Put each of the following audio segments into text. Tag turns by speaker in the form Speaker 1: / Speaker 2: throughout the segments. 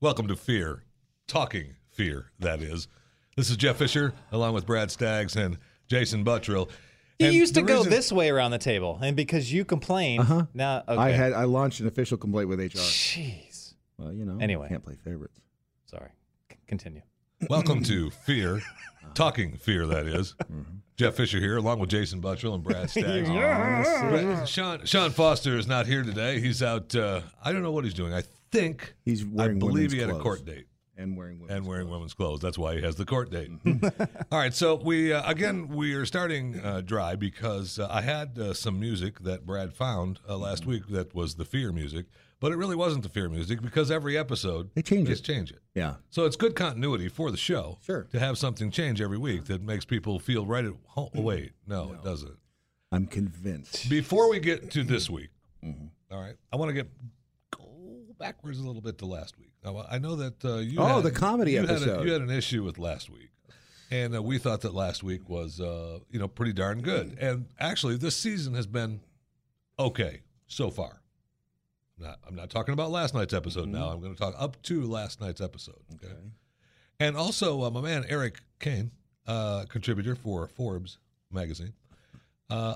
Speaker 1: Welcome to Fear, Talking Fear, that is. This is Jeff Fisher, along with Brad Staggs and Jason Buttrill.
Speaker 2: You
Speaker 1: And
Speaker 2: used to
Speaker 1: the
Speaker 2: go
Speaker 1: reason-
Speaker 2: this way around the table, and because you complained, now okay.
Speaker 3: I had I launched an official complaint with HR.
Speaker 2: Jeez,
Speaker 3: Well, you know,
Speaker 2: Anyway.
Speaker 3: can't play favorites.
Speaker 2: sorry. C- continue.
Speaker 1: Welcome to Fear, Talking Fear, that is. Jeff Fisher here, along with Jason Buttrill and Brad Staggs. Brad- Sean, Sean Foster is not here today. He's out, uh, I don't know what he's doing. I think,
Speaker 3: He's
Speaker 1: I
Speaker 3: wearing
Speaker 1: believe
Speaker 3: women's
Speaker 1: he had a
Speaker 3: clothes
Speaker 1: court date.
Speaker 3: and wearing women's
Speaker 1: and wearing women's clothes. That's why he has the court date. All right, so we uh, again we are starting uh, dry because uh, I had uh, some music that Brad found uh, last week that was the fear music, but it really wasn't the fear music because every episode
Speaker 3: They change
Speaker 1: just
Speaker 3: it.
Speaker 1: change it.
Speaker 3: Yeah.
Speaker 1: So it's good continuity for the show.
Speaker 3: Sure.
Speaker 1: To have something change every week that makes people feel right at home. Oh, wait, no, it doesn't.
Speaker 3: I'm convinced.
Speaker 1: Before we get to this
Speaker 3: Mm-hmm.
Speaker 1: week, all right, I want to get go backwards a little bit to last week. Now, I know that uh, you.
Speaker 3: Oh,
Speaker 1: had-
Speaker 3: the comedy
Speaker 1: you had a-
Speaker 3: episode.
Speaker 1: you had an issue with last week, and uh, we thought that last week was uh, you know pretty darn good.
Speaker 3: Mm.
Speaker 1: And actually, this season has been okay so far. I'm not, I'm not talking about last night's episode
Speaker 3: Mm-hmm.
Speaker 1: now. I'm going to talk up to last night's episode. Okay. And also, uh, my man Eric Kane, uh, contributor for Forbes magazine. Uh,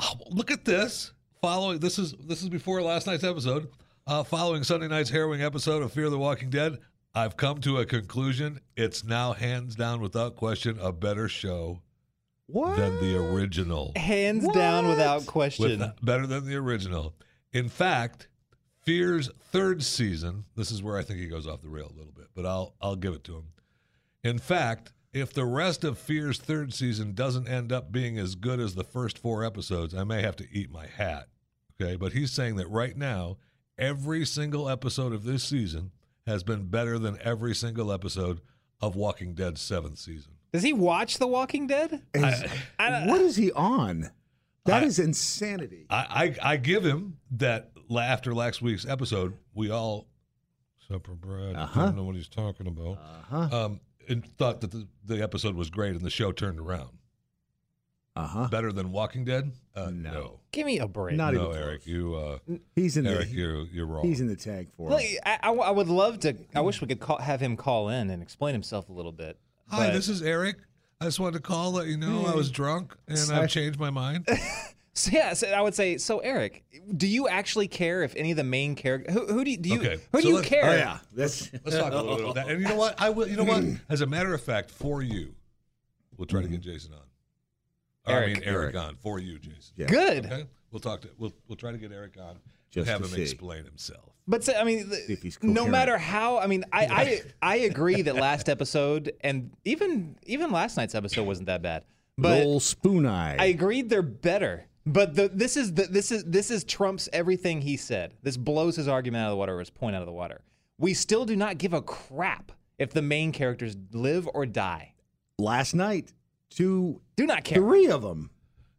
Speaker 1: oh, look at this. Following this is this is before last night's episode. Uh, following Sunday night's harrowing episode of Fear the Walking Dead, I've come to a conclusion. It's now hands down, without question, a better show
Speaker 3: What?
Speaker 1: than the original.
Speaker 2: Hands down, without
Speaker 3: What?
Speaker 2: question.
Speaker 1: With, better than the original. In fact, Fear's third season, this is where I think he goes off the rail a little bit, but I'll I'll give it to him. In fact, if the rest of Fear's third season doesn't end up being as good as the first four episodes, I may have to eat my hat. Okay, but he's saying that right now, every single episode of this season has been better than every single episode of Walking Dead's seventh season.
Speaker 2: Does he watch The Walking Dead?
Speaker 3: Is- what is he on? That is insanity.
Speaker 1: I, I I give him that la- after last week's episode, we all, except for Brad, I
Speaker 3: Uh-huh.
Speaker 1: don't know what he's talking about, uh-huh. um, and thought that the, the episode was great and the show turned around.
Speaker 3: Uh huh.
Speaker 1: Better than Walking Dead? Uh,
Speaker 3: No.
Speaker 1: no.
Speaker 2: Give me a break.
Speaker 3: Not
Speaker 1: No,
Speaker 3: even
Speaker 1: Eric,
Speaker 3: close.
Speaker 1: you, uh,
Speaker 3: He's in
Speaker 1: Eric,
Speaker 3: the
Speaker 1: you're you're wrong.
Speaker 3: he's in the tag for
Speaker 2: Look,
Speaker 3: it.
Speaker 2: I, I- I would love to. I wish we could call, have him call in and explain himself a little bit.
Speaker 1: Hi,
Speaker 2: but-
Speaker 1: this is Eric. I just wanted to call let you know I was drunk and I've changed my mind.
Speaker 2: So, yeah, so I would say. So, Eric, do you actually care if any of the main characters? Who, who do you, do you
Speaker 1: Okay,
Speaker 2: who
Speaker 1: so
Speaker 2: do you
Speaker 1: let's-
Speaker 2: care?
Speaker 3: Oh yeah. That's
Speaker 1: Let's talk a little bit about that. And you know what? I will. You know what? As a matter of fact, for you, we'll try to
Speaker 3: Mm-hmm.
Speaker 1: get Jason on. Or, I
Speaker 2: Eric.
Speaker 1: mean, Eric, on for you, Jason.
Speaker 3: Yeah.
Speaker 2: Good,
Speaker 1: Okay, we'll talk to we'll we'll try to get Eric on
Speaker 3: Just
Speaker 1: and have
Speaker 3: to
Speaker 1: him
Speaker 3: see.
Speaker 1: explain himself.
Speaker 2: but so, I mean, the-
Speaker 3: if he's
Speaker 2: no
Speaker 3: coherent.
Speaker 2: matter how, I mean, I, I I agree that last episode and even even last night's episode wasn't that bad, but
Speaker 3: Lowell Spoon Eye.
Speaker 2: I agreed they're better. But the, this is the, this is this is Trump's everything he said. This blows his argument out of the water, or his point out of the water. We still do not give a crap if the main characters live or die.
Speaker 3: last night, two,
Speaker 2: Do not care.
Speaker 3: three of them.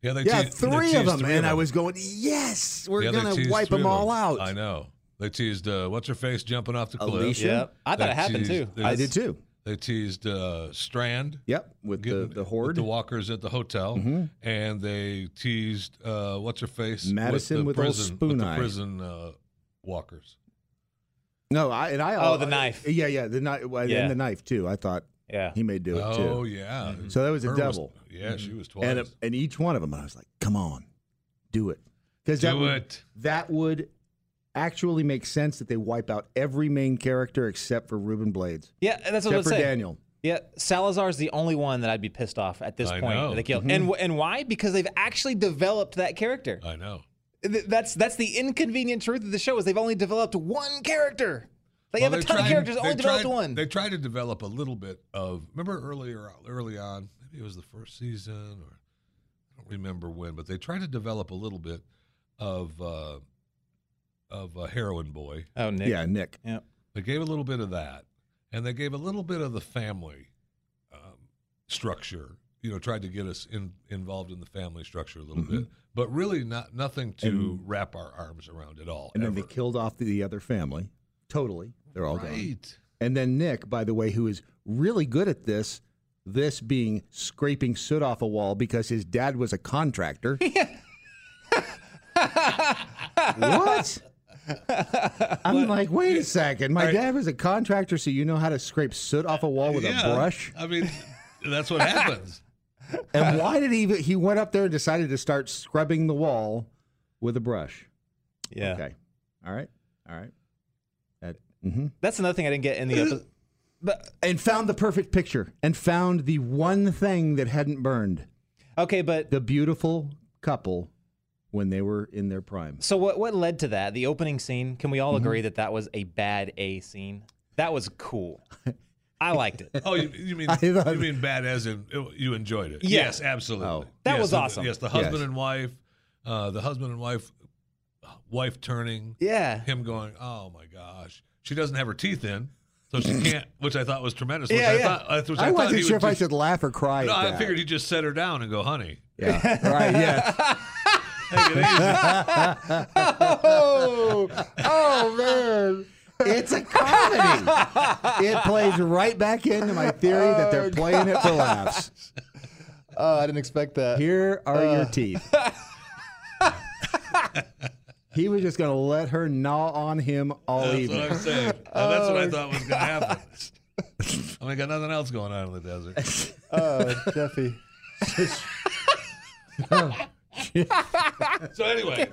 Speaker 1: Yeah, they
Speaker 3: Yeah,
Speaker 1: teased- they
Speaker 3: three
Speaker 1: teased
Speaker 3: of them, and I
Speaker 1: them.
Speaker 3: was going, yes, we're
Speaker 1: Yeah, they
Speaker 3: gonna
Speaker 1: teased
Speaker 3: wipe
Speaker 1: three
Speaker 3: them
Speaker 1: of
Speaker 3: all out.
Speaker 1: I know they teased uh, what's her face jumping off the cliff.
Speaker 3: Alicia?
Speaker 2: Yep. I thought
Speaker 1: They
Speaker 2: it happened
Speaker 1: teased-
Speaker 2: too.
Speaker 1: they-
Speaker 3: I did too.
Speaker 1: They teased uh, Strand.
Speaker 3: Yep, with the
Speaker 1: getting-
Speaker 3: the horde. Mm-hmm.
Speaker 1: with the walkers at the hotel, and they teased uh, what's her face,
Speaker 3: Madison with old
Speaker 1: prison,
Speaker 3: spoon
Speaker 1: with the
Speaker 3: eye.
Speaker 1: prison uh, walkers.
Speaker 3: No, I and I.
Speaker 2: Oh, the knife.
Speaker 3: yeah, yeah, the knife
Speaker 2: Yeah.
Speaker 3: and the knife too. I thought
Speaker 2: Yeah.
Speaker 3: he may do it
Speaker 1: oh
Speaker 3: too.
Speaker 1: yeah,
Speaker 3: So that was a
Speaker 1: Her
Speaker 3: double.
Speaker 1: yeah, she was twice.
Speaker 3: and and each one of them, I was like, come on, do it, because that
Speaker 1: Do
Speaker 3: would,
Speaker 1: it.
Speaker 3: that would actually make sense that they wipe out every main character except for Reuben Blades,
Speaker 2: Yeah, that's what I
Speaker 3: except
Speaker 2: was
Speaker 3: for
Speaker 2: saying.
Speaker 3: Daniel.
Speaker 2: Yeah, Salazar's the only one that I'd be pissed off at this
Speaker 1: I
Speaker 2: point.
Speaker 1: know.
Speaker 2: that They killed.
Speaker 3: Mm-hmm.
Speaker 2: And wh- and why? Because they've actually developed that character.
Speaker 1: I know.
Speaker 2: Th- that's that's the inconvenient truth of the show is they've only developed one character. They
Speaker 1: Well,
Speaker 2: have a
Speaker 1: they
Speaker 2: ton of
Speaker 1: tried-
Speaker 2: characters,
Speaker 1: they
Speaker 2: only developed
Speaker 1: tried-
Speaker 2: one.
Speaker 1: They tried to develop a little bit of. Remember earlier, early on, maybe it was the first season, or I don't remember when, but they tried to develop a little bit of uh, of a heroin boy.
Speaker 2: oh, Nick.
Speaker 3: Yeah, Nick.
Speaker 2: Yeah.
Speaker 1: They gave a little bit of that, and they gave a little bit of the family um, structure. You know, tried to get us in, involved in the family structure a little
Speaker 2: Mm-hmm.
Speaker 1: bit, but really not nothing to wrap our arms around at all.
Speaker 3: And then
Speaker 1: ever.
Speaker 3: they killed off the, the other family. Totally, they're all gone.
Speaker 1: right.
Speaker 3: And then Nick, by the way, who is really good at this, this being scraping soot off a wall because his dad was a contractor. what? I'm like, wait a second. My
Speaker 1: All right.
Speaker 3: dad was a contractor, so you know how to scrape soot off a wall with
Speaker 1: Yeah,
Speaker 3: a brush.
Speaker 1: I mean, that's what happens.
Speaker 3: And why did he? even- He went up there and decided to start scrubbing the wall with a brush.
Speaker 2: Yeah.
Speaker 3: Okay. All right. All right. mm-hmm. That-
Speaker 2: That's another thing I didn't get in the episode. But
Speaker 3: and found the perfect picture and found the one thing that hadn't burned
Speaker 2: okay, but
Speaker 3: the beautiful couple when they were in their prime.
Speaker 2: so what? What led to that? The opening scene. Can we all agree that that was a bad A scene? That was cool. I liked it.
Speaker 1: Oh, you, you mean
Speaker 3: I thought-
Speaker 1: you mean bad as in it- you enjoyed it?
Speaker 2: Yeah.
Speaker 1: Yes, absolutely.
Speaker 3: Oh.
Speaker 2: That
Speaker 1: Yes,
Speaker 2: was
Speaker 1: the-
Speaker 2: awesome.
Speaker 1: yes, the husband
Speaker 3: Yes.
Speaker 1: and wife, uh, the husband and wife, wife turning,
Speaker 2: Yeah.
Speaker 1: him going, oh my gosh, she doesn't have her teeth in, so she can't, which I thought was tremendous. Which
Speaker 2: Yeah,
Speaker 1: I
Speaker 2: yeah.
Speaker 1: Thought, which I,
Speaker 3: I,
Speaker 1: thought
Speaker 3: wasn't
Speaker 1: he
Speaker 3: sure if
Speaker 1: would
Speaker 3: I
Speaker 1: just-
Speaker 3: should laugh or cry.
Speaker 1: No,
Speaker 3: at
Speaker 1: I
Speaker 3: that.
Speaker 1: figured he'd just set her down and go, honey,
Speaker 3: Yeah. right. Yeah.
Speaker 1: take it easy.
Speaker 2: Oh,
Speaker 3: oh man. It's a comedy. it plays right back into my theory that
Speaker 1: Oh,
Speaker 3: they're playing it for laughs.
Speaker 2: Oh, I didn't expect that.
Speaker 3: Here are
Speaker 1: Uh.
Speaker 3: your teeth. he was just going to let her gnaw on him all
Speaker 1: That's
Speaker 3: evening.
Speaker 1: what I'm saying. And that's
Speaker 3: Oh.
Speaker 1: what I thought was going to happen. I mean, got nothing else going on in the desert.
Speaker 2: Oh, Jeffy.
Speaker 1: So anyway,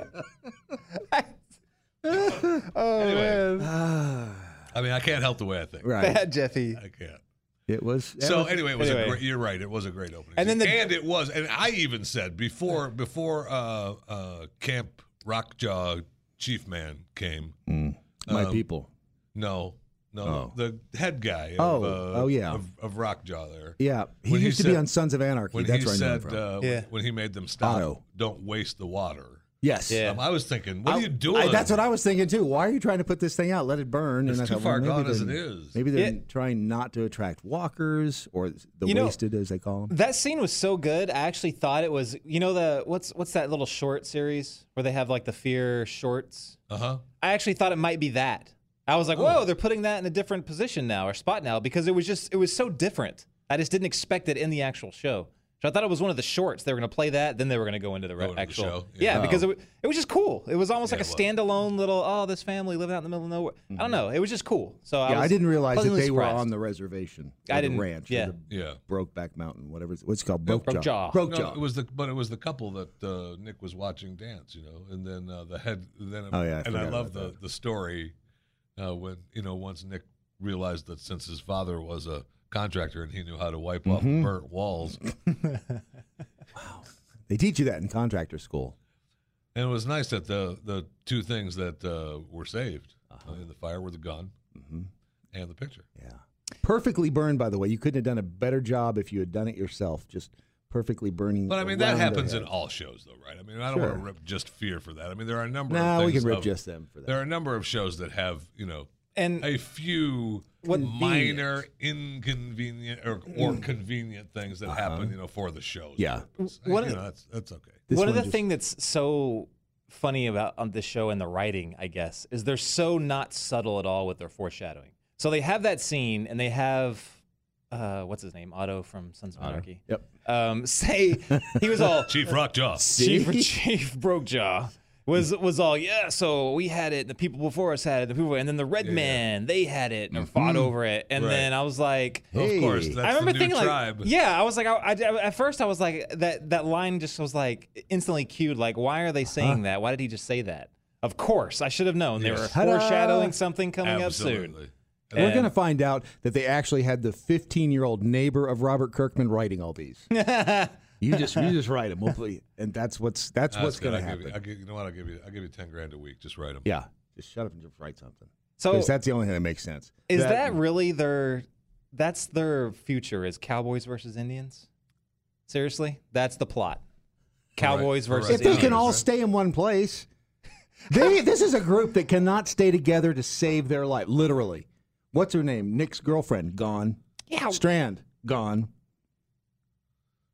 Speaker 2: Oh
Speaker 1: Anyway.
Speaker 2: man,
Speaker 1: I mean, I can't help the way I think.
Speaker 3: right.
Speaker 2: bad Jeffy.
Speaker 1: I can't.
Speaker 3: It was it
Speaker 1: So
Speaker 3: was-
Speaker 1: anyway, it was
Speaker 2: Anyway.
Speaker 1: a great, you're right. It was a great opening.
Speaker 2: And then
Speaker 1: scene.
Speaker 2: the-
Speaker 1: and it was, and I even said before before uh, uh, Camp Rockjaw Chief Man came.
Speaker 3: mm, my
Speaker 1: Um,
Speaker 3: people.
Speaker 1: No, no,
Speaker 3: Oh.
Speaker 1: the head guy. Of,
Speaker 3: Oh,
Speaker 1: uh,
Speaker 3: oh, yeah.
Speaker 1: of, of Rockjaw there.
Speaker 3: Yeah, he
Speaker 1: when he
Speaker 3: used to be
Speaker 1: said-
Speaker 3: on Sons of Anarchy.
Speaker 1: When
Speaker 3: That's
Speaker 1: he
Speaker 3: where I know him
Speaker 1: said
Speaker 3: from.
Speaker 1: uh,
Speaker 2: Yeah.
Speaker 1: when he made them stop,
Speaker 3: Otto.
Speaker 1: don't waste the water.
Speaker 3: yes.
Speaker 2: Yeah.
Speaker 1: Um, I was thinking, what are you doing?
Speaker 3: I- that's what I was thinking too. Why are you trying to put this thing out? Let it burn.
Speaker 1: It's
Speaker 3: and I
Speaker 1: too
Speaker 3: thought,
Speaker 1: far
Speaker 3: well, maybe
Speaker 1: gone as it
Speaker 3: they're-
Speaker 1: is.
Speaker 3: Maybe they're
Speaker 2: Yeah.
Speaker 3: trying not to attract walkers or the
Speaker 2: You know-
Speaker 3: wasted, as they call them.
Speaker 2: That scene was so good. I actually thought it was, you know, the what's what's that little short series where they have like the fear shorts.
Speaker 1: Uh huh.
Speaker 2: I actually thought it might be that. I was like,
Speaker 1: Oh.
Speaker 2: whoa, they're putting that in a different position now or spot now because it was just it was so different. I just didn't expect it in the actual show. So I thought it was one of the shorts. They were going to play that, then they were going to go into the re-
Speaker 1: into the
Speaker 2: actual
Speaker 1: show,
Speaker 2: Yeah,
Speaker 1: yeah.
Speaker 2: because it, wa- it was just cool. It was almost
Speaker 1: Yeah,
Speaker 2: like a
Speaker 1: it was. Mm-hmm.
Speaker 2: standalone little oh, this family living out in the middle of nowhere. I don't know. It was just cool. So I,
Speaker 3: Yeah, I,
Speaker 2: was
Speaker 3: didn't realize that
Speaker 2: pleasantly
Speaker 3: they were
Speaker 2: surprised.
Speaker 3: on the reservation. or
Speaker 2: I
Speaker 3: the
Speaker 2: didn't-
Speaker 3: ranch. or
Speaker 2: yeah.
Speaker 3: the
Speaker 1: Yeah.
Speaker 3: Brokeback Mountain, whatever. It's, what's it called? Brokejaw.
Speaker 2: Brokejaw.
Speaker 1: No,
Speaker 3: Brokejaw.
Speaker 1: it was the but it was the couple that uh, Nick was watching dance, you know, and then uh, the head. Then
Speaker 3: Oh, yeah, I
Speaker 1: and I
Speaker 3: forgot
Speaker 1: love
Speaker 3: about
Speaker 1: the
Speaker 3: that.
Speaker 1: the story uh, when you know once Nick realized that since his father was a contractor and he knew how to wipe off
Speaker 3: Mm-hmm.
Speaker 1: burnt walls,
Speaker 3: they teach you that in contractor school.
Speaker 1: and it was nice that the the two things that uh, were saved uh
Speaker 3: Uh-huh.
Speaker 1: in the fire were the gun
Speaker 3: Mm-hmm.
Speaker 1: and the picture.
Speaker 3: Yeah. Perfectly burned, by the way. You couldn't have done a better job if you had done it yourself. Just perfectly burning.
Speaker 1: But I mean that
Speaker 3: around their
Speaker 1: happens in
Speaker 3: head.
Speaker 1: all shows, though, right? I mean I don't want
Speaker 3: Sure.
Speaker 1: to rip just fear for that. I mean there are a number. of
Speaker 3: Nah, we
Speaker 1: things
Speaker 3: can rip
Speaker 1: of-
Speaker 3: just them for that.
Speaker 1: There are a number of shows that have you know
Speaker 2: And
Speaker 1: a few minor inconvenient or, or convenient things that happen, you know, for the shows.
Speaker 3: Mm. Uh-huh. Yeah.
Speaker 1: purpose. And,
Speaker 2: One
Speaker 1: you
Speaker 2: of the-
Speaker 1: know, that's that's okay.
Speaker 3: This
Speaker 2: one of the
Speaker 3: just-
Speaker 2: thing that's so funny about on this show and the writing, I guess, is they're so not subtle at all with their foreshadowing. So they have that scene, and they have uh, what's his name, Otto from Sons of Anarchy.
Speaker 3: Yep.
Speaker 2: Um, say he was all
Speaker 1: Chief Rockjaw.
Speaker 2: Chief Chief Brokejaw was was all yeah. So we had it. The people before us had it. The people, and then the red man they had it and fought over it. And
Speaker 1: Right.
Speaker 2: then I was like,
Speaker 1: Of course,
Speaker 3: Hey.
Speaker 1: that's
Speaker 2: I remember
Speaker 1: the new
Speaker 2: thinking
Speaker 1: tribe.
Speaker 2: like, yeah, I was like, I, I- at first I was like, that that line just was like instantly cued. Like, why are they saying that? Why did he just say that? Of course, I should have known they were
Speaker 1: Yes.
Speaker 3: Ta-da.
Speaker 2: foreshadowing something coming up soon.
Speaker 1: absolutely.
Speaker 3: We're going to find out that they actually had the 15 year old neighbor of Robert Kirkman writing all these. you just you just write them, we'll play- and that's what's that's
Speaker 1: That's
Speaker 3: what's
Speaker 1: good.
Speaker 3: going to
Speaker 1: I'll give you-
Speaker 3: happen.
Speaker 1: I'll give- you know what? I'll give you. I'll give you ten grand a week. Just write them.
Speaker 3: yeah, just shut up and just write something.
Speaker 2: So
Speaker 3: 'Cause that's the only thing that makes sense.
Speaker 2: is that, really their? That's their future is Cowboys versus Indians. Seriously, that's the plot. Cowboys
Speaker 1: Correct.
Speaker 2: versus
Speaker 3: if they can
Speaker 2: Indians.
Speaker 3: all stay in one place? They this is a group that cannot stay together to save their life. Literally, what's her name? Nick's girlfriend gone.
Speaker 2: Yeah.
Speaker 3: Strand gone.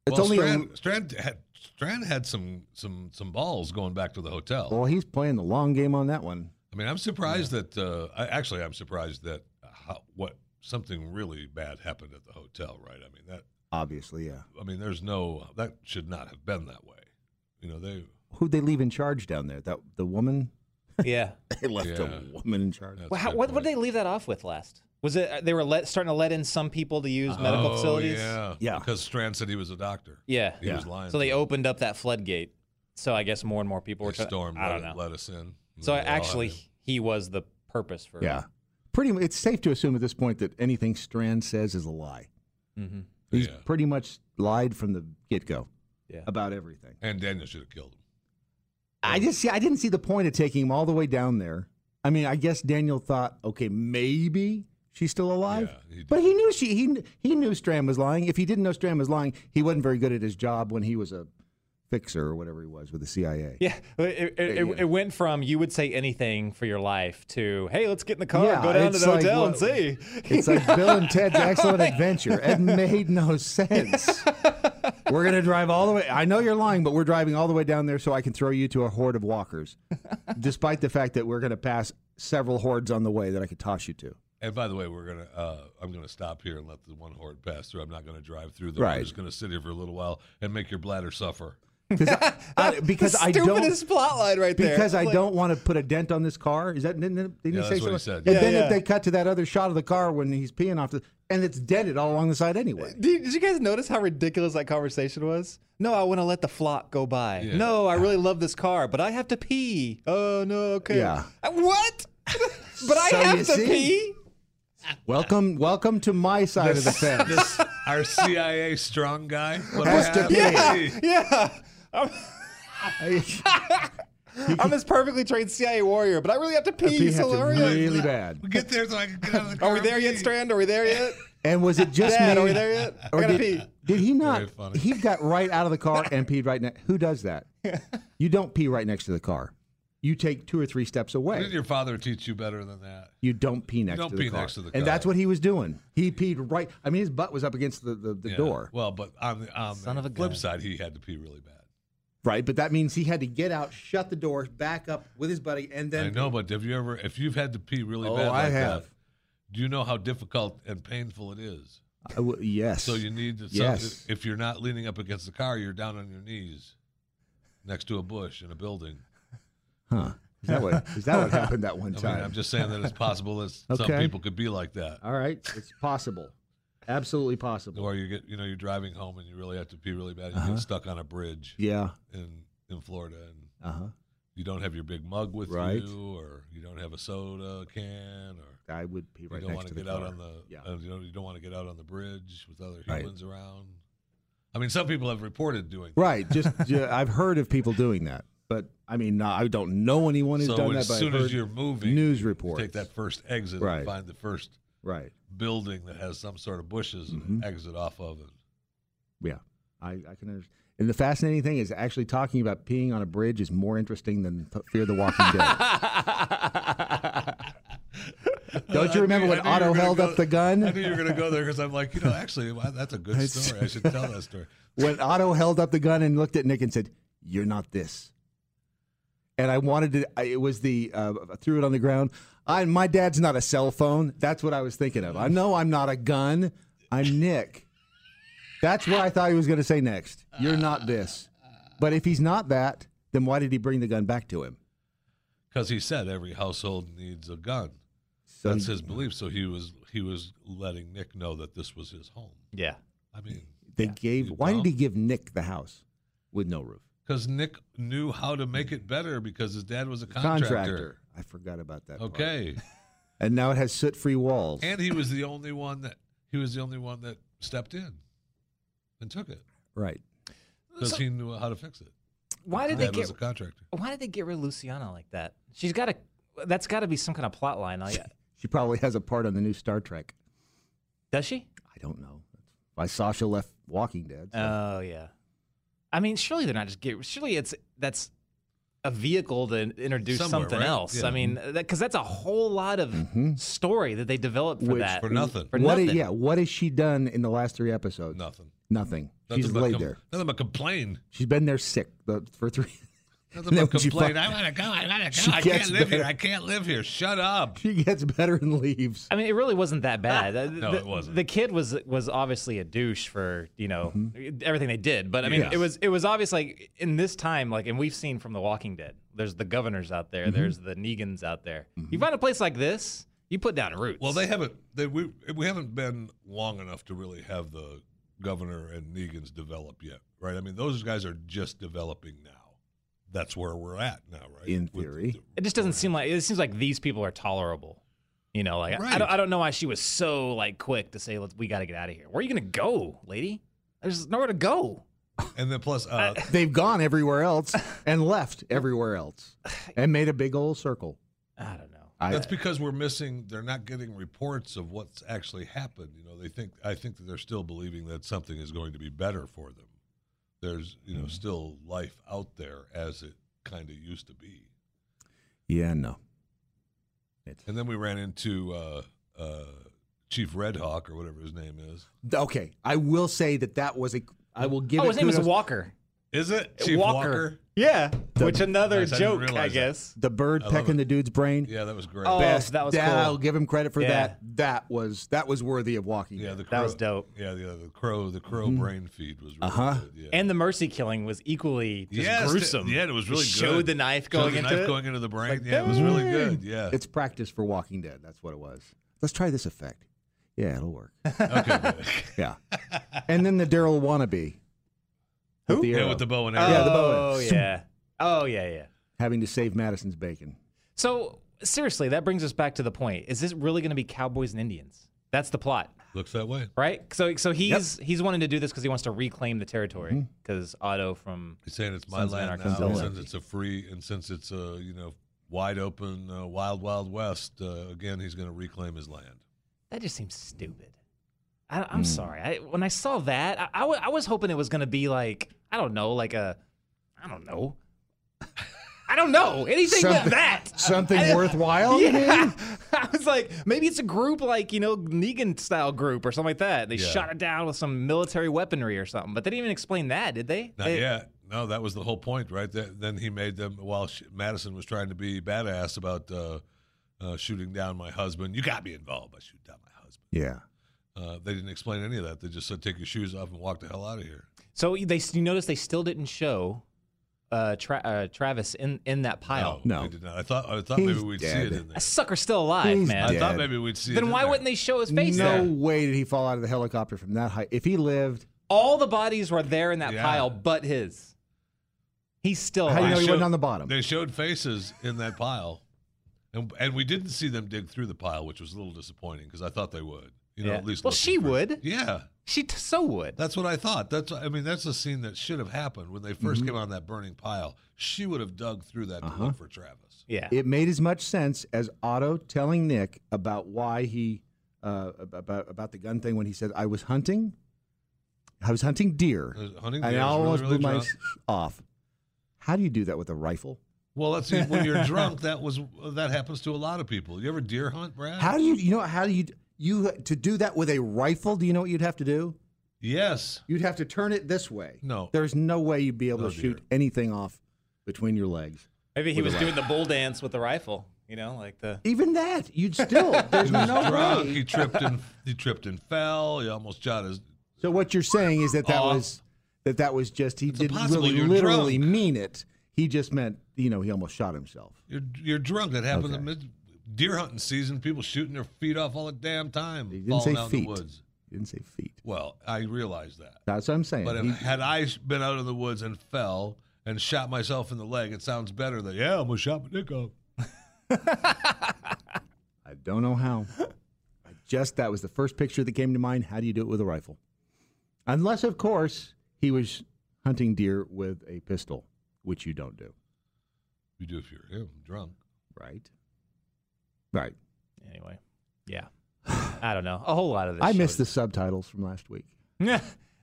Speaker 3: It's
Speaker 1: well,
Speaker 3: only
Speaker 1: Strand, Strand had Strand had some some some balls going back to the hotel.
Speaker 3: a, well, he's playing the long game on that one.
Speaker 1: I mean, I'm surprised that. Uh, I, actually, I'm surprised that uh, how, what something really bad happened at the hotel. Right? I mean that.
Speaker 3: Obviously, yeah.
Speaker 1: I mean, there's no that should not have been that way. You know, they
Speaker 3: Who'd they leave in charge down there? That the woman
Speaker 2: Yeah.
Speaker 3: They left
Speaker 1: Yeah.
Speaker 3: a woman in charge.
Speaker 1: That's
Speaker 2: Well,
Speaker 1: a
Speaker 2: how,
Speaker 1: good
Speaker 2: what, what
Speaker 1: point.
Speaker 2: did they leave that off with last? Was it they were let, starting to let in some people to use medical
Speaker 1: Oh,
Speaker 2: facilities?
Speaker 1: Yeah.
Speaker 3: Yeah.
Speaker 1: Because Strand said he was a doctor.
Speaker 2: Yeah.
Speaker 1: He was lying.
Speaker 2: So they
Speaker 1: to us.
Speaker 2: opened up that floodgate. So I guess more and more people were.
Speaker 1: They
Speaker 2: trying-
Speaker 1: stormed.
Speaker 2: I
Speaker 1: let,
Speaker 2: don't
Speaker 1: it-
Speaker 2: know.
Speaker 1: let us in.
Speaker 2: so
Speaker 1: Let it all
Speaker 2: actually,
Speaker 1: in.
Speaker 2: he was the purpose for.
Speaker 3: Yeah. Pretty mu- it's safe to assume at this point that anything Strand says is a lie.
Speaker 2: hmm
Speaker 3: He's
Speaker 1: Yeah.
Speaker 3: pretty much lied from the get-go
Speaker 2: Yeah.
Speaker 3: about everything.
Speaker 1: and Daniel should have killed him.
Speaker 3: I just see I didn't see the point of taking him all the way down there. I mean, I guess Daniel thought, okay, maybe she's still alive.
Speaker 1: Yeah, he
Speaker 3: but he knew she he kn- he knew Strand was lying. If he didn't know Strand was lying, he wasn't very good at his job when he was a fixer or whatever he was with the CIA.
Speaker 2: Yeah. It, it, it,
Speaker 3: Yeah.
Speaker 2: it went from you would say anything for your life to hey, let's get in the car,
Speaker 3: Yeah,
Speaker 2: go down to
Speaker 3: it's
Speaker 2: the
Speaker 3: like,
Speaker 2: hotel,
Speaker 3: what-
Speaker 2: and see.
Speaker 3: It's like Bill and Ted's Excellent Adventure. It made no sense. We're gonna drive all the way. I know you're lying, but we're driving all the way down there so I can throw you to a horde of walkers, despite the fact that we're gonna pass several hordes on the way that I could toss you to.
Speaker 1: And by the way, we're gonna. Uh, I'm gonna stop here and let the one horde pass through. I'm not gonna drive through them.
Speaker 3: Right.
Speaker 1: I'm just gonna sit here for a little while and make your bladder suffer.
Speaker 3: Because I, I, because I don't
Speaker 2: Stupidest plot line right there.
Speaker 3: because I
Speaker 2: Like,
Speaker 3: don't want to put a dent on this car. Is that didn't, didn't-
Speaker 1: Yeah,
Speaker 3: didn't he say
Speaker 1: that's what he
Speaker 3: something?
Speaker 1: said.
Speaker 3: And
Speaker 1: Yeah,
Speaker 3: then
Speaker 2: yeah.
Speaker 3: if they cut to that other shot of the car when he's peeing off the and it's dented all along the side anyway.
Speaker 2: Did, did you guys notice how ridiculous that conversation was? No, I want to let the flock go by.
Speaker 1: Yeah.
Speaker 2: No, I really love this car, but I have to pee. Oh no, okay.
Speaker 3: Yeah.
Speaker 2: Uh, What? but I
Speaker 3: So
Speaker 2: have
Speaker 3: you
Speaker 2: to
Speaker 3: see?
Speaker 2: pee.
Speaker 3: Welcome, welcome to my side of the fence.
Speaker 1: This our CIA strong guy what
Speaker 3: Has to
Speaker 1: happened?
Speaker 3: be.
Speaker 2: Yeah,
Speaker 1: Hey,
Speaker 2: yeah. I'm, I'm this perfectly trained CIA warrior, but I really have to pee.
Speaker 3: Pee had
Speaker 2: so
Speaker 3: to
Speaker 2: hurry up.
Speaker 3: really bad.
Speaker 1: we Get there so I can get out of the car.
Speaker 2: Are we there
Speaker 1: and
Speaker 2: yet,
Speaker 1: pee.
Speaker 2: Strand? Are we there yet?
Speaker 3: And was it just
Speaker 2: Dad,
Speaker 3: me?
Speaker 2: are we there yet? I
Speaker 3: Or
Speaker 2: gotta
Speaker 3: did,
Speaker 2: pee.
Speaker 3: did he not?
Speaker 1: Very funny.
Speaker 3: He got right out of the car and peed right next. Who does that? You don't pee right next to the car. You take two or three steps away.
Speaker 1: Didn't your father teach you better than that?
Speaker 3: You don't pee next
Speaker 1: don't
Speaker 3: to the
Speaker 1: pee
Speaker 3: car.
Speaker 1: next to the
Speaker 3: And
Speaker 1: car.
Speaker 3: that's what he was doing. He peed right. I mean, his butt was up against the, the, the
Speaker 1: Yeah.
Speaker 3: door,
Speaker 1: Well, but on the, on
Speaker 2: Son
Speaker 1: the
Speaker 2: of a
Speaker 1: flip
Speaker 2: gun.
Speaker 1: side, he had to pee really bad.
Speaker 3: right? But that means he had to get out, shut the door, back up with his buddy, and then.
Speaker 1: I know, but have you ever, if you've had to pee really
Speaker 3: Oh,
Speaker 1: bad,
Speaker 3: I
Speaker 1: like
Speaker 3: have.
Speaker 1: That, do you know how difficult and painful it is?
Speaker 3: I w- yes.
Speaker 1: So you need to.
Speaker 3: Yes.
Speaker 1: If you're not leaning up against the car, you're down on your knees, next to a bush in a building.
Speaker 3: huh? Is that what? Is that what happened that one
Speaker 1: I
Speaker 3: time?
Speaker 1: mean, I'm just saying that it's possible that some
Speaker 3: Okay.
Speaker 1: people could be like that,
Speaker 3: All right, it's possible. Absolutely possible.
Speaker 1: or you get, you know, you're driving home and you really have to pee really bad. and You get stuck on a bridge
Speaker 3: Uh-huh. Yeah.
Speaker 1: in in Florida, and
Speaker 3: Uh huh.
Speaker 1: you don't have your big mug with
Speaker 3: Right.
Speaker 1: you, or you don't have a soda can, or
Speaker 3: I would pee right
Speaker 1: you don't
Speaker 3: next
Speaker 1: want
Speaker 3: to
Speaker 1: to
Speaker 3: the
Speaker 1: get out
Speaker 3: car.
Speaker 1: on the
Speaker 3: Yeah.
Speaker 1: uh, you, don't, you don't want to get out on the bridge with other
Speaker 3: Right.
Speaker 1: humans around. I mean, some people have reported doing that.
Speaker 3: Right. Just yeah, I've heard of people doing that, but I mean, no, I don't know anyone who's
Speaker 1: So
Speaker 3: done
Speaker 1: as
Speaker 3: that. But
Speaker 1: soon
Speaker 3: I've
Speaker 1: as
Speaker 3: heard
Speaker 1: you're moving,
Speaker 3: news
Speaker 1: you
Speaker 3: reports.
Speaker 1: take that first exit
Speaker 3: Right.
Speaker 1: and find the first
Speaker 3: Right.
Speaker 1: building that has some sort of bushes
Speaker 3: Mm-hmm.
Speaker 1: and exit off of it.
Speaker 3: Yeah. I, I can understand. And the fascinating thing is actually talking about peeing on a bridge is more interesting than th- Fear the Walking Dead. Don't you remember
Speaker 1: I
Speaker 3: when
Speaker 1: knew you were
Speaker 3: Otto
Speaker 1: gonna
Speaker 3: held
Speaker 1: go-
Speaker 3: up the
Speaker 1: I
Speaker 3: gun?
Speaker 1: knew you were going to go there because I'm like, you know, actually, wow, that's a good story. I should tell that story.
Speaker 3: When Otto held up the gun and looked at Nick and said, "You're not this." And I wanted to. I, it was the uh, I threw it on the ground. I my dad's not a cell phone. That's what I was thinking of. I know I'm not a gun. I'm Nick. That's what I thought he was going to say next. You're not this. But if he's not that, then why did he bring the gun back to him?
Speaker 1: Because he said every household needs a gun.
Speaker 3: So
Speaker 1: That's his belief. So he was he was letting Nick know that this was his home.
Speaker 2: yeah.
Speaker 1: I mean,
Speaker 3: They gave.
Speaker 1: You
Speaker 3: Why
Speaker 1: dumb.
Speaker 3: did he give Nick the house with no roof?
Speaker 1: because Nick knew how to make it better because his dad was a
Speaker 3: Contractor.
Speaker 1: contractor.
Speaker 3: I forgot about that. part.
Speaker 1: Okay,
Speaker 3: And now it has soot-free walls.
Speaker 1: and he was the only one that he was the only one that stepped in and took it
Speaker 3: right.
Speaker 1: because he knew how to fix it.
Speaker 2: Why did they
Speaker 1: Dad
Speaker 2: get
Speaker 1: was a contractor.
Speaker 2: Why did they get rid of Luciana like that? She's got to. That's got to be some kind of plot line. Like,
Speaker 3: She probably has a part on the new Star Trek.
Speaker 2: does she?
Speaker 3: I don't know. Why Sasha left Walking Dead. so-
Speaker 2: Oh yeah. I mean, surely they're not just get. Surely it's that's a vehicle to introduce
Speaker 1: Somewhere,
Speaker 2: something
Speaker 1: right?
Speaker 2: else.
Speaker 1: Yeah.
Speaker 2: I mean, because that's a whole lot of story that they developed for
Speaker 3: Which-
Speaker 2: that.
Speaker 1: for nothing.
Speaker 2: For
Speaker 3: what? i-
Speaker 2: nothing.
Speaker 3: yeah. What has she done in the last three episodes?
Speaker 1: Nothing.
Speaker 3: Nothing.
Speaker 1: Nothing
Speaker 3: She's
Speaker 1: but
Speaker 3: laid
Speaker 1: com-
Speaker 3: there.
Speaker 1: Nothing but complain.
Speaker 3: She's been there sick the, for three.
Speaker 1: Nothing but
Speaker 3: when she
Speaker 1: complain.
Speaker 3: fi-
Speaker 1: I want to go. I want to
Speaker 3: She
Speaker 1: go. I can't
Speaker 3: gets
Speaker 1: live here.
Speaker 3: better.
Speaker 1: I can't live here. Shut up.
Speaker 3: She gets better and leaves.
Speaker 2: I mean, it really wasn't that bad. The-
Speaker 1: Ah, No,
Speaker 2: the,
Speaker 1: it wasn't.
Speaker 2: The kid was was obviously a douche for you know
Speaker 3: Mm-hmm.
Speaker 2: everything they did, but I mean,
Speaker 1: Yes.
Speaker 2: it was it was obvious like in this time, like, and we've seen from The Walking Dead. There's the governors out there.
Speaker 3: Mm-hmm.
Speaker 2: There's the Negans out there. You find a place like this, you put down roots.
Speaker 1: Well, they haven't. They we we haven't been long enough to really have the governor and Negan's develop yet, right? I mean, those guys are just developing now. That's where we're at now, right?
Speaker 3: In
Speaker 1: With
Speaker 3: theory.
Speaker 1: the-
Speaker 2: it just doesn't seem like it seems like these people are tolerable. You know, like I- I, don't,
Speaker 1: Right.
Speaker 2: I don't know why she was so like quick to say, Let's, "We got to get out of here." Where are you gonna go, lady? There's nowhere to go.
Speaker 1: and then plus, uh,
Speaker 3: They've gone everywhere else and left everywhere else and made a big old circle.
Speaker 2: I don't know.
Speaker 3: I-
Speaker 1: that's because we're missing. They're not getting reports of what's actually happened. You know, they think. I think that they're still believing that something is going to be better for them. There's, you
Speaker 3: Mm-hmm.
Speaker 1: know, still life out there as it kind of used to be.
Speaker 3: Yeah, no.
Speaker 1: And then we ran into uh, uh, Chief Red Hawk or whatever his name is.
Speaker 3: Okay, I will say that that was a. I will give.
Speaker 2: Oh,
Speaker 3: it
Speaker 2: his name is
Speaker 3: kudos.
Speaker 2: Walker.
Speaker 1: Is it Chief Walker?
Speaker 2: Walker. Yeah, which another
Speaker 1: Nice, I didn't
Speaker 2: joke, I,
Speaker 1: realize that.
Speaker 2: guess.
Speaker 3: the bird
Speaker 1: I love
Speaker 3: pecking
Speaker 1: it.
Speaker 3: the dude's brain.
Speaker 1: Yeah, that was great.
Speaker 2: Oh,
Speaker 3: Best.
Speaker 2: that was
Speaker 3: yeah,
Speaker 2: cool.
Speaker 3: I'll give him credit for
Speaker 2: Yeah.
Speaker 3: that. That was that was worthy of walking.
Speaker 1: yeah, the crow,
Speaker 2: that was dope. Mm-hmm.
Speaker 1: Yeah, the, the crow, the crow brain feed was really
Speaker 3: Uh-huh.
Speaker 1: good. Yeah.
Speaker 2: And the mercy killing was equally just
Speaker 1: Yes, th-
Speaker 2: gruesome.
Speaker 1: yeah, it was really
Speaker 2: He
Speaker 1: good.
Speaker 2: Showed the knife
Speaker 1: So
Speaker 2: going
Speaker 1: the
Speaker 2: into
Speaker 1: knife
Speaker 2: it.
Speaker 1: going into the brain.
Speaker 2: Like,
Speaker 1: yeah, it was really
Speaker 2: dang.
Speaker 1: good. Yeah.
Speaker 3: It's practice for Walking Dead. That's what it was. Let's try this effect. Yeah, it'll work.
Speaker 1: okay. good.
Speaker 3: Yeah. and then the Daryl wannabe. Who? The
Speaker 1: yeah,
Speaker 3: arrow,
Speaker 1: with the bow and arrow.
Speaker 3: Yeah, the bow.
Speaker 2: oh yeah. Oh yeah, yeah.
Speaker 3: having to save Madison's bacon.
Speaker 2: So seriously, that brings us back to the point: Is this really going to be cowboys and Indians? That's the plot,
Speaker 1: Looks that way.
Speaker 2: right? So so he's he's wanting to do this because he wants to reclaim the territory
Speaker 3: Mm-hmm.
Speaker 2: because Otto from
Speaker 1: He's saying it's my
Speaker 2: Sons of
Speaker 1: land
Speaker 2: Anarchy.
Speaker 1: now,
Speaker 3: Sons of
Speaker 1: since
Speaker 3: Anarchy.
Speaker 1: it's a free and since it's a you know wide open uh, wild wild west. Uh, again, he's going to reclaim his land.
Speaker 2: that just seems stupid. I,
Speaker 1: Hmm.
Speaker 2: I'm sorry. I, when I saw that, I, I, w- I was hoping it was going to be like I don't know, like a I don't know. I don't know anything
Speaker 3: Something-
Speaker 2: with that.
Speaker 3: Something
Speaker 2: I-
Speaker 3: worthwhile? you mean?
Speaker 2: Yeah. I was like, maybe it's a group like, you know, Negan style group or something like that. They
Speaker 1: Yeah.
Speaker 2: shot it down with some military weaponry or something, but they didn't even explain that, did they?
Speaker 1: Not
Speaker 2: They-
Speaker 1: yet. No, that was the whole point, right? That, then he made them while sh- Madison was trying to be badass about uh, uh, shooting down my husband. You got me involved by shooting down my husband.
Speaker 3: Yeah.
Speaker 1: Uh, they didn't explain any of that. They just said, "Take your shoes off and walk the hell out of here."
Speaker 2: So they you notice they still didn't show uh, Tra- uh, Travis in, in that
Speaker 1: Oh,
Speaker 2: pile.
Speaker 3: No.
Speaker 1: they did not. I thought. I thought
Speaker 3: He's
Speaker 1: maybe we'd
Speaker 3: dead.
Speaker 1: see it in there.
Speaker 2: That sucker's still alive,
Speaker 3: He's
Speaker 2: man.
Speaker 1: I
Speaker 3: dead.
Speaker 1: thought maybe we'd see it.
Speaker 2: Then
Speaker 1: in
Speaker 2: why
Speaker 1: there.
Speaker 2: wouldn't they show his face there?
Speaker 3: no way did he fall out of the helicopter from that height. If he lived,
Speaker 2: All the bodies were there in that
Speaker 1: Yeah.
Speaker 2: pile but his. He's still
Speaker 3: How do
Speaker 2: alive.
Speaker 3: you know he
Speaker 1: showed-
Speaker 3: wasn't on the bottom?
Speaker 1: They showed faces in that pile, and and we didn't see them dig through the pile, which was a little disappointing because I thought they would. You know,
Speaker 2: Yeah.
Speaker 1: at least.
Speaker 2: Well,
Speaker 1: look
Speaker 2: she
Speaker 1: through-
Speaker 2: would.
Speaker 1: Yeah.
Speaker 2: She t- so would.
Speaker 1: That's what I thought. That's I mean, that's a scene that should have happened when they 1st
Speaker 3: Mm-hmm.
Speaker 1: came on that burning pile. She would have dug through that to
Speaker 3: Uh-huh.
Speaker 1: look for Travis.
Speaker 2: yeah.
Speaker 3: It made as much sense as Otto telling Nick about why he uh, about about the gun thing when he said I was hunting, I was hunting deer,
Speaker 1: Uh, Hunting
Speaker 3: and
Speaker 1: deer
Speaker 3: I
Speaker 1: is really,
Speaker 3: almost
Speaker 1: really
Speaker 3: blew my
Speaker 1: drunk.
Speaker 3: s- off. How do you do that with a rifle?
Speaker 1: Well, that's when you're drunk. That was that happens to a lot of people. You ever deer hunt, Brad?
Speaker 3: How do you you know how do you you to do that with a rifle? Do you know what you'd have to do?
Speaker 1: yes.
Speaker 3: You'd have to turn it this way.
Speaker 1: No.
Speaker 3: There's no way you'd be able
Speaker 1: Oh,
Speaker 3: to shoot
Speaker 1: dear.
Speaker 3: anything off between your legs.
Speaker 2: Maybe he
Speaker 3: With
Speaker 2: was
Speaker 3: a
Speaker 2: doing the bull dance with the rifle, you know, like the.
Speaker 3: Even that, you'd still. There's
Speaker 1: He was
Speaker 3: no
Speaker 1: drunk.
Speaker 3: way.
Speaker 1: He tripped and he tripped and fell. He almost shot his.
Speaker 3: So what you're saying is that that
Speaker 1: Off.
Speaker 3: was that that was just he didn't
Speaker 1: impossible,
Speaker 3: really
Speaker 1: you're
Speaker 3: literally
Speaker 1: drunk.
Speaker 3: mean it. He just meant you know he almost shot himself.
Speaker 1: You're you're drunk. That happens
Speaker 3: Okay.
Speaker 1: in mid deer hunting season. People shooting their feet off all the damn time.
Speaker 3: He didn't
Speaker 1: falling
Speaker 3: say
Speaker 1: out in
Speaker 3: feet.
Speaker 1: the woods.
Speaker 3: He didn't say feet.
Speaker 1: Well, I realize that.
Speaker 3: That's what I'm saying.
Speaker 1: But uh, if,
Speaker 3: He-
Speaker 1: had I been out in the woods and fell and shot myself in the leg, it sounds better than yeah, I'm gonna shot my dick off.
Speaker 3: I don't know how. I just that was the first picture that came to mind. How do you do it with a rifle? Unless of course he was hunting deer with a pistol, which you don't do,
Speaker 1: You do if you're him, drunk.
Speaker 3: right? Right.
Speaker 2: Anyway, yeah. I don't know. A whole lot of this.
Speaker 3: I missed
Speaker 2: showed-
Speaker 3: the subtitles from last week.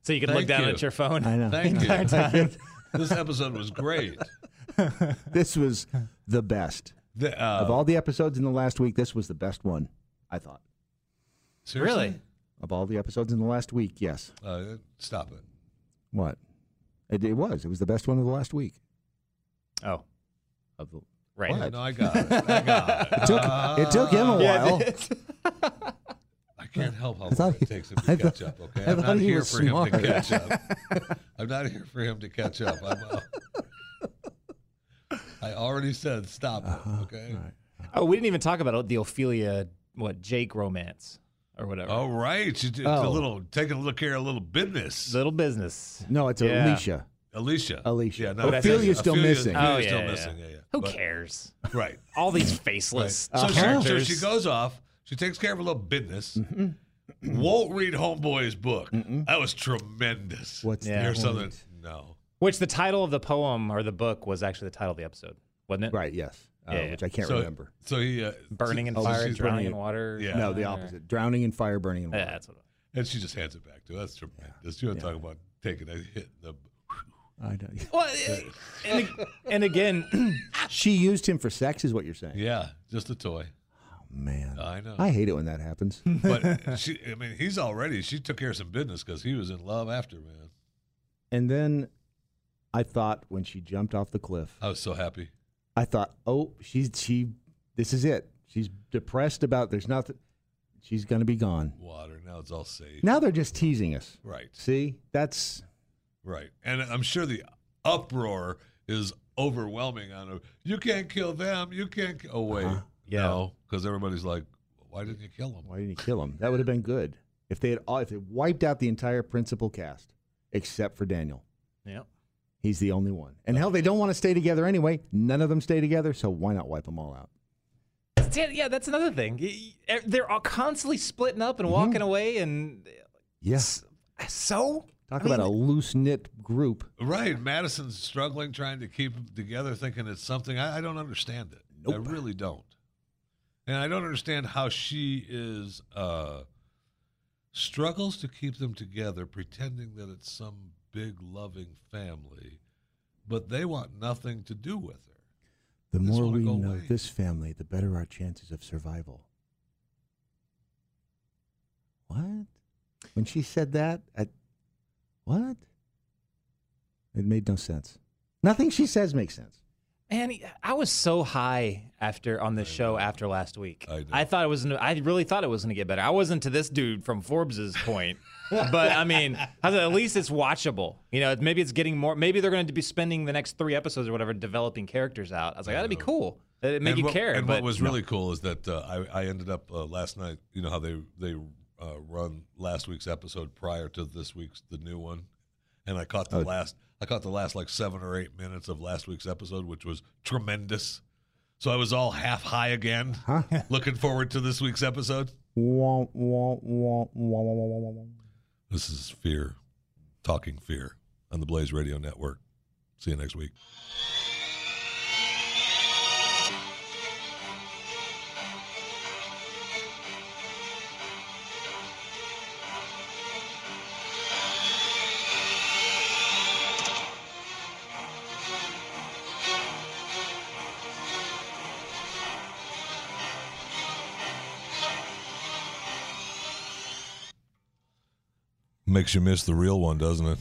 Speaker 2: so you could
Speaker 1: Thank
Speaker 2: look down
Speaker 1: you.
Speaker 2: at your phone.
Speaker 3: I know.
Speaker 1: Thank
Speaker 2: the entire
Speaker 1: you.
Speaker 2: time.
Speaker 1: This episode was great.
Speaker 3: This was the best
Speaker 1: The,
Speaker 3: of
Speaker 1: uh,
Speaker 3: all the episodes in the last week. This was the best one, I thought.
Speaker 1: seriously?
Speaker 2: really?
Speaker 3: of all the episodes in the last week. Yes.
Speaker 1: Uh, stop it.
Speaker 3: What? It, it was. It was the best one of the last week.
Speaker 2: Oh,
Speaker 3: Of the-
Speaker 2: right.
Speaker 1: Yeah, no, I got it. I got it.
Speaker 3: It took it took him a
Speaker 2: Yeah,
Speaker 3: while.
Speaker 2: it is.
Speaker 1: I can't help how
Speaker 3: I thought
Speaker 1: long
Speaker 3: he-
Speaker 1: it takes him to
Speaker 3: I
Speaker 1: catch
Speaker 3: thought-
Speaker 1: up. Okay,
Speaker 3: I
Speaker 1: I'm
Speaker 3: thought
Speaker 1: not
Speaker 3: he
Speaker 1: here
Speaker 3: was
Speaker 1: for him to
Speaker 3: smart.
Speaker 1: catch up. I'm not here for him to catch up. I'm, uh, I already said stop. it,
Speaker 3: Uh-huh.
Speaker 1: Okay.
Speaker 2: oh, we didn't even talk about the Ophelia, what Jake romance or whatever.
Speaker 1: All right, you did a
Speaker 3: Oh.
Speaker 1: little taking a look here, a little business.
Speaker 2: Little business.
Speaker 3: No, it's
Speaker 2: Yeah.
Speaker 3: Alicia.
Speaker 1: Alicia.
Speaker 3: Alicia.
Speaker 1: Yeah, not
Speaker 3: Ophelia's still missing.
Speaker 1: Ophelia's
Speaker 2: Oh,
Speaker 1: still
Speaker 2: yeah, yeah,
Speaker 1: missing. Yeah, yeah.
Speaker 2: Who
Speaker 1: But-
Speaker 2: cares?
Speaker 1: Right.
Speaker 2: All these
Speaker 1: right.
Speaker 2: faceless
Speaker 1: So, she, so
Speaker 2: characters.
Speaker 1: she goes off. She takes care of a little business.
Speaker 3: Mm-hmm.
Speaker 1: Won't read Homeboy's book. That was tremendous.
Speaker 3: What's
Speaker 2: Yeah.
Speaker 1: or
Speaker 3: the
Speaker 1: something?
Speaker 3: point?
Speaker 1: No.
Speaker 2: Which the title of the poem or the book was actually the title of the episode, wasn't it?
Speaker 3: Right. Oh, Yes. Uh,
Speaker 2: Yeah, yeah.
Speaker 3: Which I can't
Speaker 1: So-
Speaker 3: remember.
Speaker 1: So he uh,
Speaker 2: Burning in
Speaker 1: so
Speaker 2: fire,
Speaker 1: she's-
Speaker 2: drowning
Speaker 3: running
Speaker 2: in
Speaker 3: it.
Speaker 2: water. Uh,
Speaker 1: Yeah.
Speaker 3: No, the opposite. Drowning in fire, burning in
Speaker 2: Yeah,
Speaker 3: water.
Speaker 2: that's what.
Speaker 1: And she just hands it back to us. That's tremendous. You want to talk about taking a hit? in The,
Speaker 3: I know.
Speaker 2: Well, it- and, ag- and again,
Speaker 3: She used him for sex, is what you're saying. Oh,
Speaker 1: yeah, just a toy.
Speaker 3: Man,
Speaker 1: I know.
Speaker 3: I hate it when that happens.
Speaker 1: But she, I mean, he's already. She took care of some business because he was in love after. Man,
Speaker 3: and then I thought when she jumped off the cliff,
Speaker 1: I was so happy.
Speaker 3: I thought, oh, she's she. This is it. She's depressed about. There's nothing. She's gonna be gone.
Speaker 1: Water. Now it's all safe.
Speaker 3: Now they're just teasing us.
Speaker 1: Right.
Speaker 3: See, that's
Speaker 1: Right. And I'm sure the uproar is overwhelming on a you can't kill them, you can't ki-" oh wait.
Speaker 2: Yeah.
Speaker 1: No, cuz everybody's like why didn't you kill them?
Speaker 3: why didn't you kill him? That would have been good if they had all, if they wiped out the entire principal cast except for Daniel.
Speaker 2: yeah.
Speaker 3: He's the only one. And hell, they don't want to stay together anyway. None of them stay together, so why not wipe them all out?
Speaker 2: Yeah, yeah, that's another thing. Y- y- e, They're all constantly splitting up and
Speaker 3: Mm-hmm.
Speaker 2: walking away, and eh,
Speaker 3: Yes.
Speaker 2: so
Speaker 3: Talk about a loose knit group.
Speaker 1: Right. Madison's struggling trying to keep 'em together thinking it's something I, I don't understand it. I really don't. And I don't understand how she is uh struggles to keep them together pretending that it's some big loving family, but they want nothing to do with her.
Speaker 3: The
Speaker 1: Just
Speaker 3: more
Speaker 1: wanna
Speaker 3: we
Speaker 1: go
Speaker 3: know
Speaker 1: away.
Speaker 3: this family, the better our chances of survival. What? When she said that, I, what? It made no sense. Nothing she says makes sense.
Speaker 2: man, I was so high after on this show after last week.
Speaker 1: I know.
Speaker 2: thought it was. gonna- I really thought it was going to get better. I wasn't to this dude from Forbes's point, but I mean, I thought at least it's watchable. You know, maybe it's getting more. Maybe they're going to be spending the next three episodes or whatever developing characters out. I was like, that'd be cool. It'd make
Speaker 1: and
Speaker 2: you
Speaker 1: what,
Speaker 2: care.
Speaker 1: And
Speaker 2: but
Speaker 1: what was really cool is that uh, I, I ended up uh, last night. You know how they they uh, run last week's episode prior to this week's the new one, and I caught the last I caught the last like seven or eight minutes of last week's episode, which was tremendous. So I was all half high again, looking forward to this week's episode.
Speaker 3: Wah, wah, wah, wah, wah, wah, wah, wah, wah.
Speaker 1: This is Fear, Talking Fear on the Blaze Radio Network. See you next week. Makes you miss the real one, doesn't it?